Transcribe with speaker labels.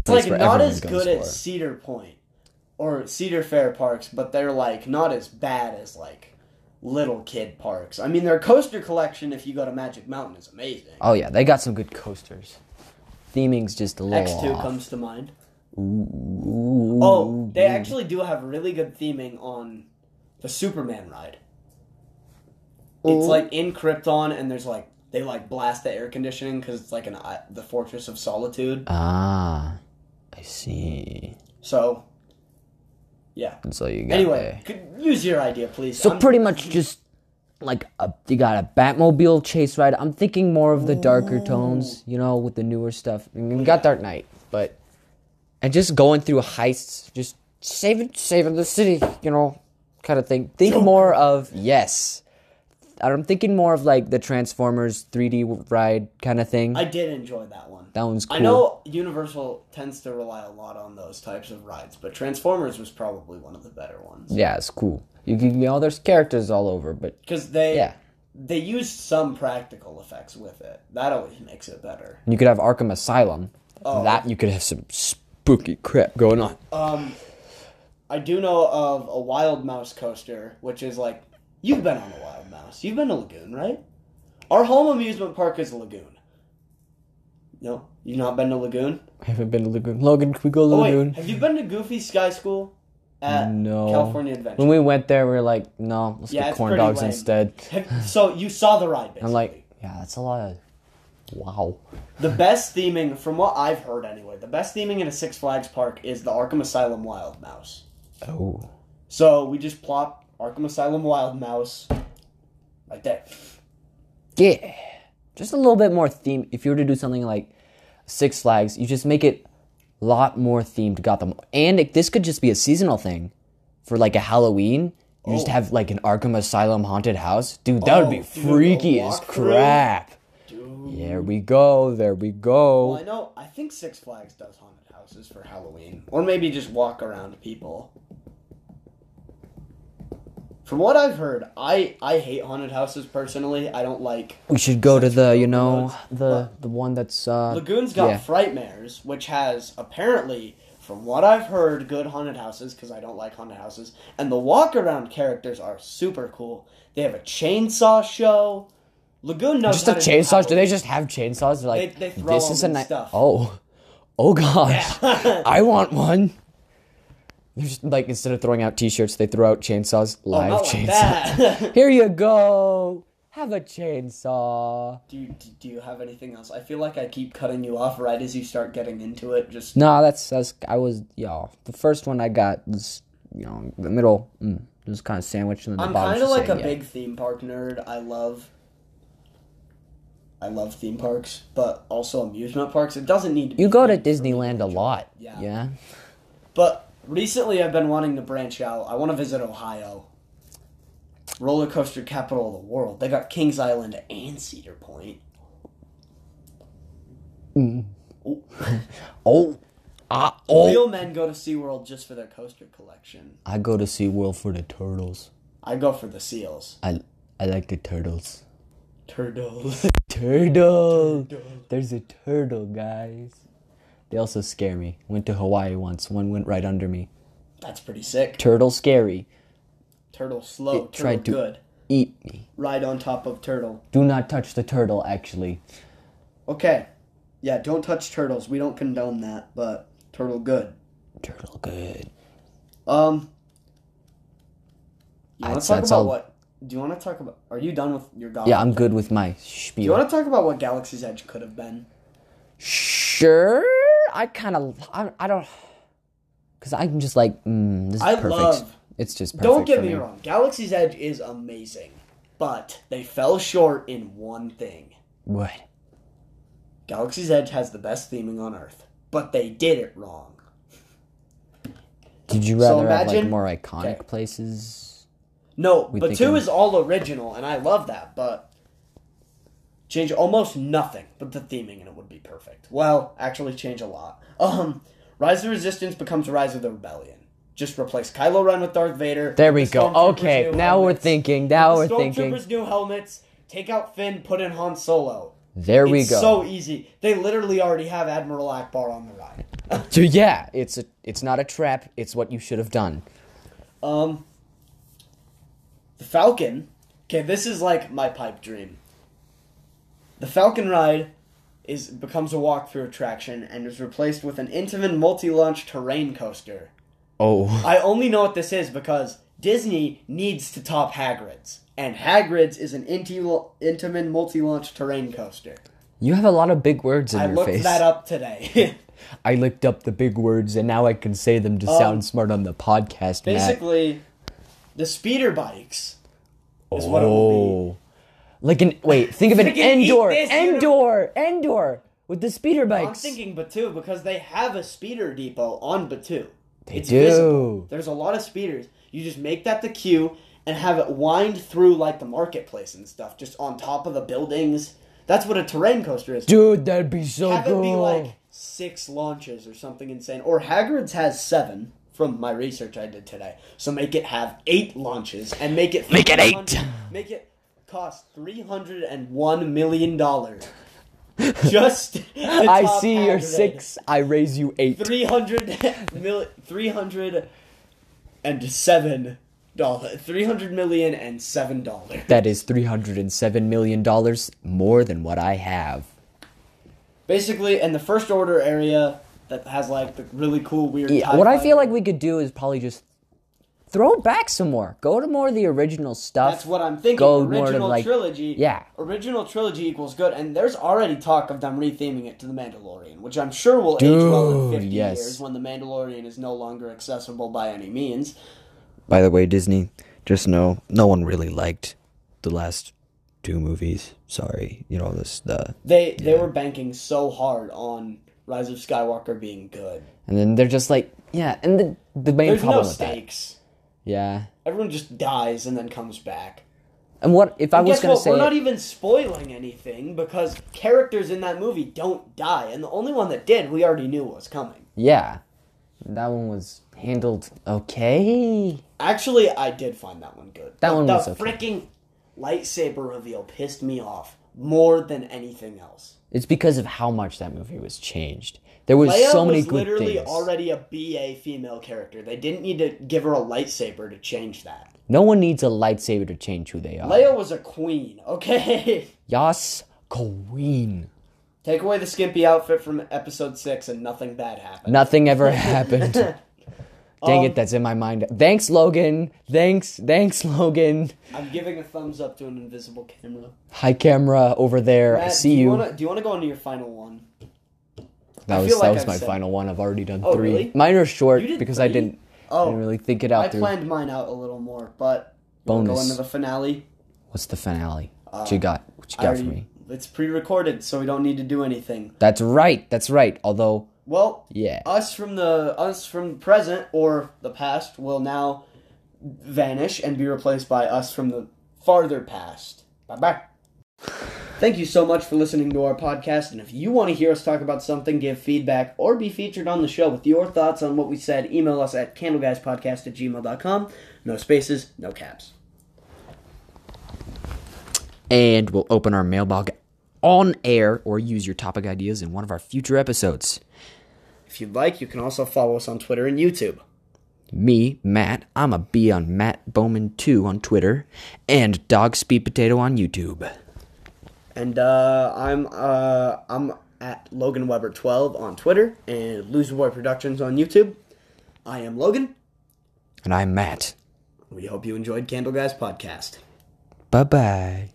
Speaker 1: It's like
Speaker 2: where
Speaker 1: not
Speaker 2: everyone
Speaker 1: as
Speaker 2: goes
Speaker 1: good
Speaker 2: for.
Speaker 1: as Cedar Point or Cedar Fair parks, but they're like not as bad as like little kid parks. I mean, their coaster collection, if you go to Magic Mountain, is amazing.
Speaker 2: Oh yeah, they got some good coasters. Theming's just a little
Speaker 1: X two
Speaker 2: off.
Speaker 1: comes to mind.
Speaker 2: Ooh.
Speaker 1: Oh, they actually do have really good theming on the Superman ride. It's like in Krypton, and there's like they like blast the air conditioning because it's like an i- the Fortress of Solitude.
Speaker 2: Ah, I see.
Speaker 1: So, yeah.
Speaker 2: And so you got
Speaker 1: Anyway,
Speaker 2: there.
Speaker 1: could use your idea, please.
Speaker 2: So
Speaker 1: I'm-
Speaker 2: pretty much just like a, you got a Batmobile chase ride. I'm thinking more of the darker tones, you know, with the newer stuff. I mean, we got Dark Knight, but and just going through heists, just saving saving the city, you know, kind of thing. Think more of yes. I'm thinking more of like the Transformers 3D ride kind of thing.
Speaker 1: I did enjoy that one.
Speaker 2: that one's cool.
Speaker 1: I know Universal tends to rely a lot on those types of rides, but Transformers was probably one of the better ones
Speaker 2: Yeah, it's cool. You can, you know, there's characters all over, but
Speaker 1: because they
Speaker 2: Yeah.
Speaker 1: they used some practical effects with it. That always makes it better.
Speaker 2: you could have Arkham Asylum.
Speaker 1: Oh.
Speaker 2: That you could have some spooky crap going on.
Speaker 1: Um, I do know of a Wild Mouse coaster, which is like you've been on a Wild Mouse. You've been to Lagoon, right? Our home amusement park is Lagoon. No, you've not been to Lagoon.
Speaker 2: I haven't been to Lagoon. Logan, can we go to
Speaker 1: Oh
Speaker 2: Lagoon?
Speaker 1: wait, have you been to Goofy Sky School at
Speaker 2: No.
Speaker 1: California Adventure?
Speaker 2: when we went there, we were like, no, let's
Speaker 1: Yeah,
Speaker 2: get
Speaker 1: it's
Speaker 2: corn
Speaker 1: pretty
Speaker 2: dogs
Speaker 1: lame.
Speaker 2: instead.
Speaker 1: Have- so you saw the ride basically.
Speaker 2: I'm like, yeah, that's a lot of. Wow.
Speaker 1: the best theming from what I've heard anyway, the best theming in a Six Flags park is the Arkham Asylum Wild Mouse.
Speaker 2: Oh.
Speaker 1: So we just plop Arkham Asylum Wild Mouse right there.
Speaker 2: Yeah. Just a little bit more theme. If you were to do something like Six Flags, you just make it a lot more themed Gotham. And it, this could just be a seasonal thing for like a Halloween. You just have like an Arkham Asylum haunted house. Dude, that would be
Speaker 1: Oh, dude, a
Speaker 2: freaky as
Speaker 1: walkthrough?
Speaker 2: crap. There we go. There we go.
Speaker 1: Well, I know I think Six Flags does haunted houses for Halloween, or maybe just walk around people. From what I've heard, I I hate haunted houses personally. I don't like
Speaker 2: we should go to the, you know,
Speaker 1: roads.
Speaker 2: the the one that's uh
Speaker 1: Lagoon's got
Speaker 2: Yeah.
Speaker 1: Frightmares, which has apparently, from what I've heard, good haunted houses because I don't like haunted houses. And the walk around characters are super cool. They have a chainsaw show. Lagoon knows
Speaker 2: just
Speaker 1: how
Speaker 2: a
Speaker 1: to
Speaker 2: chainsaw. Do
Speaker 1: Do
Speaker 2: they just have chainsaws? They're like,
Speaker 1: They- they throw
Speaker 2: this
Speaker 1: them
Speaker 2: is a
Speaker 1: and
Speaker 2: night.
Speaker 1: stuff.
Speaker 2: Oh, oh gosh,
Speaker 1: Halloween.
Speaker 2: I want one. You just like instead of throwing out T-shirts, they throw out chainsaws,
Speaker 1: Oh,
Speaker 2: live
Speaker 1: not like
Speaker 2: chainsaws.
Speaker 1: that.
Speaker 2: Here you go. Have a chainsaw.
Speaker 1: do, you, do you have anything else? I feel like I keep cutting you off right as you start getting into it. Just
Speaker 2: No, that's that's. I was y'all. The first one I got was you know the middle, mm, just kind of sandwiched in the
Speaker 1: I'm
Speaker 2: bottom.
Speaker 1: kind of like a big theme park nerd. I love I love theme parks, but also amusement parks. It doesn't need to be
Speaker 2: You go
Speaker 1: themed
Speaker 2: to
Speaker 1: for me
Speaker 2: Disneyland a
Speaker 1: enjoy.
Speaker 2: lot.
Speaker 1: Yeah.
Speaker 2: Yeah.
Speaker 1: But recently I've been wanting to branch out. I want to visit Ohio. Roller coaster capital of the world. They got Kings Island and Cedar Point.
Speaker 2: Oh. Ah. Oh.
Speaker 1: Real men go to SeaWorld just for their coaster collection.
Speaker 2: I go to SeaWorld for the turtles.
Speaker 1: I go for the seals.
Speaker 2: I I like the turtles.
Speaker 1: Turtles.
Speaker 2: Turtle. There's a turtle, guys. They also scare me. Went to Hawaii once. One went right under me.
Speaker 1: That's pretty sick.
Speaker 2: Turtle scary.
Speaker 1: Turtle slow, turtle
Speaker 2: tried to-
Speaker 1: good.
Speaker 2: Eat me.
Speaker 1: Ride on top of turtle.
Speaker 2: Do not touch the turtle. Actually,
Speaker 1: Okay. Yeah, don't touch turtles. We don't condone that, but turtle good.
Speaker 2: turtle good.
Speaker 1: Um You want
Speaker 2: That's-
Speaker 1: to talk
Speaker 2: that's
Speaker 1: about
Speaker 2: all-
Speaker 1: what Do you want to talk about Are you done with your goblin?
Speaker 2: Yeah, I'm good with my
Speaker 1: Do you
Speaker 2: spiel.
Speaker 1: want to talk about what Galaxy's Edge could have been?
Speaker 2: Sure. I kind of. I, I don't. Cause I'm just like, mm, this is
Speaker 1: I
Speaker 2: perfect.
Speaker 1: love-
Speaker 2: It's just perfect.
Speaker 1: Don't get
Speaker 2: for
Speaker 1: me wrong. Galaxy's Edge is amazing, but they fell short in one thing.
Speaker 2: What?
Speaker 1: Galaxy's Edge has the best theming on Earth, but they did it wrong.
Speaker 2: Did you rather have like
Speaker 1: imagine-
Speaker 2: more iconic
Speaker 1: Okay.
Speaker 2: places?
Speaker 1: No,
Speaker 2: We
Speaker 1: but
Speaker 2: think
Speaker 1: two
Speaker 2: I'm-
Speaker 1: is all original, and I love that. But change almost nothing but the theming, and it would be perfect. Well, actually, change a lot. Um, Rise of the Resistance becomes Rise of the Rebellion. Just replace Kylo Ren with Darth Vader.
Speaker 2: There we go.
Speaker 1: Stormtroopers'
Speaker 2: Okay,
Speaker 1: new
Speaker 2: now we're
Speaker 1: helmets.
Speaker 2: thinking. Now we're thinking.
Speaker 1: Stormtroopers' new helmets. Take out Finn. Put in Han Solo.
Speaker 2: There we
Speaker 1: it's
Speaker 2: go.
Speaker 1: so easy. They literally already have Admiral Akbar on the ride.
Speaker 2: So yeah, it's a, it's not a trap. It's what you should have done.
Speaker 1: Um, the Falcon. Okay, this is like my pipe dream. The Falcon ride is becomes a walkthrough attraction and is replaced with an Intamin multi-launch terrain coaster.
Speaker 2: Oh,
Speaker 1: I only know what this is because Disney needs to top Hagrid's, and Hagrid's is an Inti- Intamin multi-launch terrain coaster.
Speaker 2: you have a lot of big words in
Speaker 1: I
Speaker 2: your
Speaker 1: looked
Speaker 2: face.
Speaker 1: that up today.
Speaker 2: I looked up the big words, and now I can say them to sound smart on the podcast. Matt.
Speaker 1: Um, Basically, the speeder bikes is what it will be.
Speaker 2: Oh. like an wait. Think of an
Speaker 1: Freaking eat
Speaker 2: Endor,
Speaker 1: this, you
Speaker 2: Endor, Endor with the speeder
Speaker 1: I'm
Speaker 2: bikes.
Speaker 1: thinking Batu because they have a speeder depot on Batu. They
Speaker 2: do.
Speaker 1: There's a lot of speeders. You just make that the queue and have it wind through like the marketplace and stuff, just on top of the buildings. That's what a terrain coaster is.
Speaker 2: Dude, that'd be so
Speaker 1: have it
Speaker 2: cool.
Speaker 1: be like six launches or something insane. Or Hagrid's has seven from my research I did today. So make it have eight launches and make it
Speaker 2: Make it
Speaker 1: 300
Speaker 2: eight.
Speaker 1: Make it cost three hundred and one million dollars. Just to
Speaker 2: I
Speaker 1: top
Speaker 2: see your
Speaker 1: Hagrid.
Speaker 2: six. I raise you eight.
Speaker 1: 300 mil- 307 dollars 300 million and 7 dollars
Speaker 2: That is three hundred and seven million dollars more than what I have.
Speaker 1: basically in the first order area that has like the really cool weird
Speaker 2: Yeah,
Speaker 1: TIE
Speaker 2: what I
Speaker 1: fighter,
Speaker 2: feel like we could do is probably just throw back some more. Go to more of the original stuff.
Speaker 1: that's what I'm thinking.
Speaker 2: go more to,
Speaker 1: original
Speaker 2: like-
Speaker 1: trilogy.
Speaker 2: yeah.
Speaker 1: Original trilogy equals good, and there's already talk of them retheming it to The Mandalorian, which I'm sure will age well in
Speaker 2: Dude,
Speaker 1: 50
Speaker 2: yes.
Speaker 1: years when The Mandalorian is no longer accessible by any means.
Speaker 2: By the way, Disney, just know no one really liked the last two movies. Sorry, you know this the
Speaker 1: They they were banking so hard on Rise of Skywalker being good.
Speaker 2: And then they're just like, yeah, and the the main
Speaker 1: There's no
Speaker 2: problem with that.
Speaker 1: stakes.
Speaker 2: Yeah.
Speaker 1: Everyone just dies and then comes back.
Speaker 2: And what if I was
Speaker 1: Guess
Speaker 2: going to
Speaker 1: what?
Speaker 2: say
Speaker 1: We're not even spoiling anything because characters in that movie don't die, and the only one that did, we already knew was coming.
Speaker 2: Yeah. That one was handled okay.
Speaker 1: Actually, I did find that one good.
Speaker 2: That
Speaker 1: The-
Speaker 2: one
Speaker 1: the
Speaker 2: was okay.
Speaker 1: freaking lightsaber reveal pissed me off more than anything else.
Speaker 2: It's because of how much that movie was changed. There was
Speaker 1: Leia
Speaker 2: so many
Speaker 1: was
Speaker 2: good
Speaker 1: literally
Speaker 2: things.
Speaker 1: already a BA female character. They didn't need to give her a lightsaber to change that.
Speaker 2: No one needs a lightsaber to change who they are.
Speaker 1: Leia was a queen, okay?
Speaker 2: Yas Queen.
Speaker 1: Take away the skimpy outfit from episode six, and nothing bad happened.
Speaker 2: Nothing ever happened. Dang
Speaker 1: Um,
Speaker 2: it, that's in my mind. Thanks, Logan. Thanks, thanks, Logan.
Speaker 1: I'm giving a thumbs up to an invisible camera.
Speaker 2: Hi, camera over there. I
Speaker 1: Matt,
Speaker 2: see
Speaker 1: do
Speaker 2: you.
Speaker 1: you. Wanna, do you want to go into your final one?
Speaker 2: That
Speaker 1: I
Speaker 2: was
Speaker 1: feel
Speaker 2: that
Speaker 1: like
Speaker 2: was
Speaker 1: I've
Speaker 2: my
Speaker 1: said-
Speaker 2: final one. I've already done
Speaker 1: Oh,
Speaker 2: three.
Speaker 1: really?
Speaker 2: Mine are short
Speaker 1: You did
Speaker 2: because I
Speaker 1: three?
Speaker 2: didn't, I
Speaker 1: Oh,
Speaker 2: didn't really think it out
Speaker 1: I
Speaker 2: through.
Speaker 1: planned mine out a little more, but you wanna go
Speaker 2: Bonus.
Speaker 1: into the finale.
Speaker 2: What's the finale? what you got? What you
Speaker 1: Uh, I
Speaker 2: got for
Speaker 1: already-
Speaker 2: me?
Speaker 1: It's pre-recorded, so we don't need to do anything.
Speaker 2: That's right. That's right. Although,
Speaker 1: Well,
Speaker 2: yeah.
Speaker 1: us from the us from the present or the past will now vanish and be replaced by us from the farther past. Bye bye. Thank you so much for listening to our podcast. And if you want to hear us talk about something, give feedback, or be featured on the show with your thoughts on what we said, email us at candleguyspodcast at gmail.com. No spaces, no caps.
Speaker 2: and we'll open our mailbag on air or use your topic ideas in one of our future episodes.
Speaker 1: If you'd like, you can also follow us on Twitter and YouTube.
Speaker 2: Me, Matt, I'm a B on Matt Bowman 2 on Twitter, and Dog Speed Potato on YouTube.
Speaker 1: And uh, I'm uh, I'm at Logan Weber 12 on Twitter and Loser Boy Productions on YouTube. I am Logan.
Speaker 2: And I'm Matt.
Speaker 1: We hope you enjoyed Candle Guys podcast.
Speaker 2: Bye bye.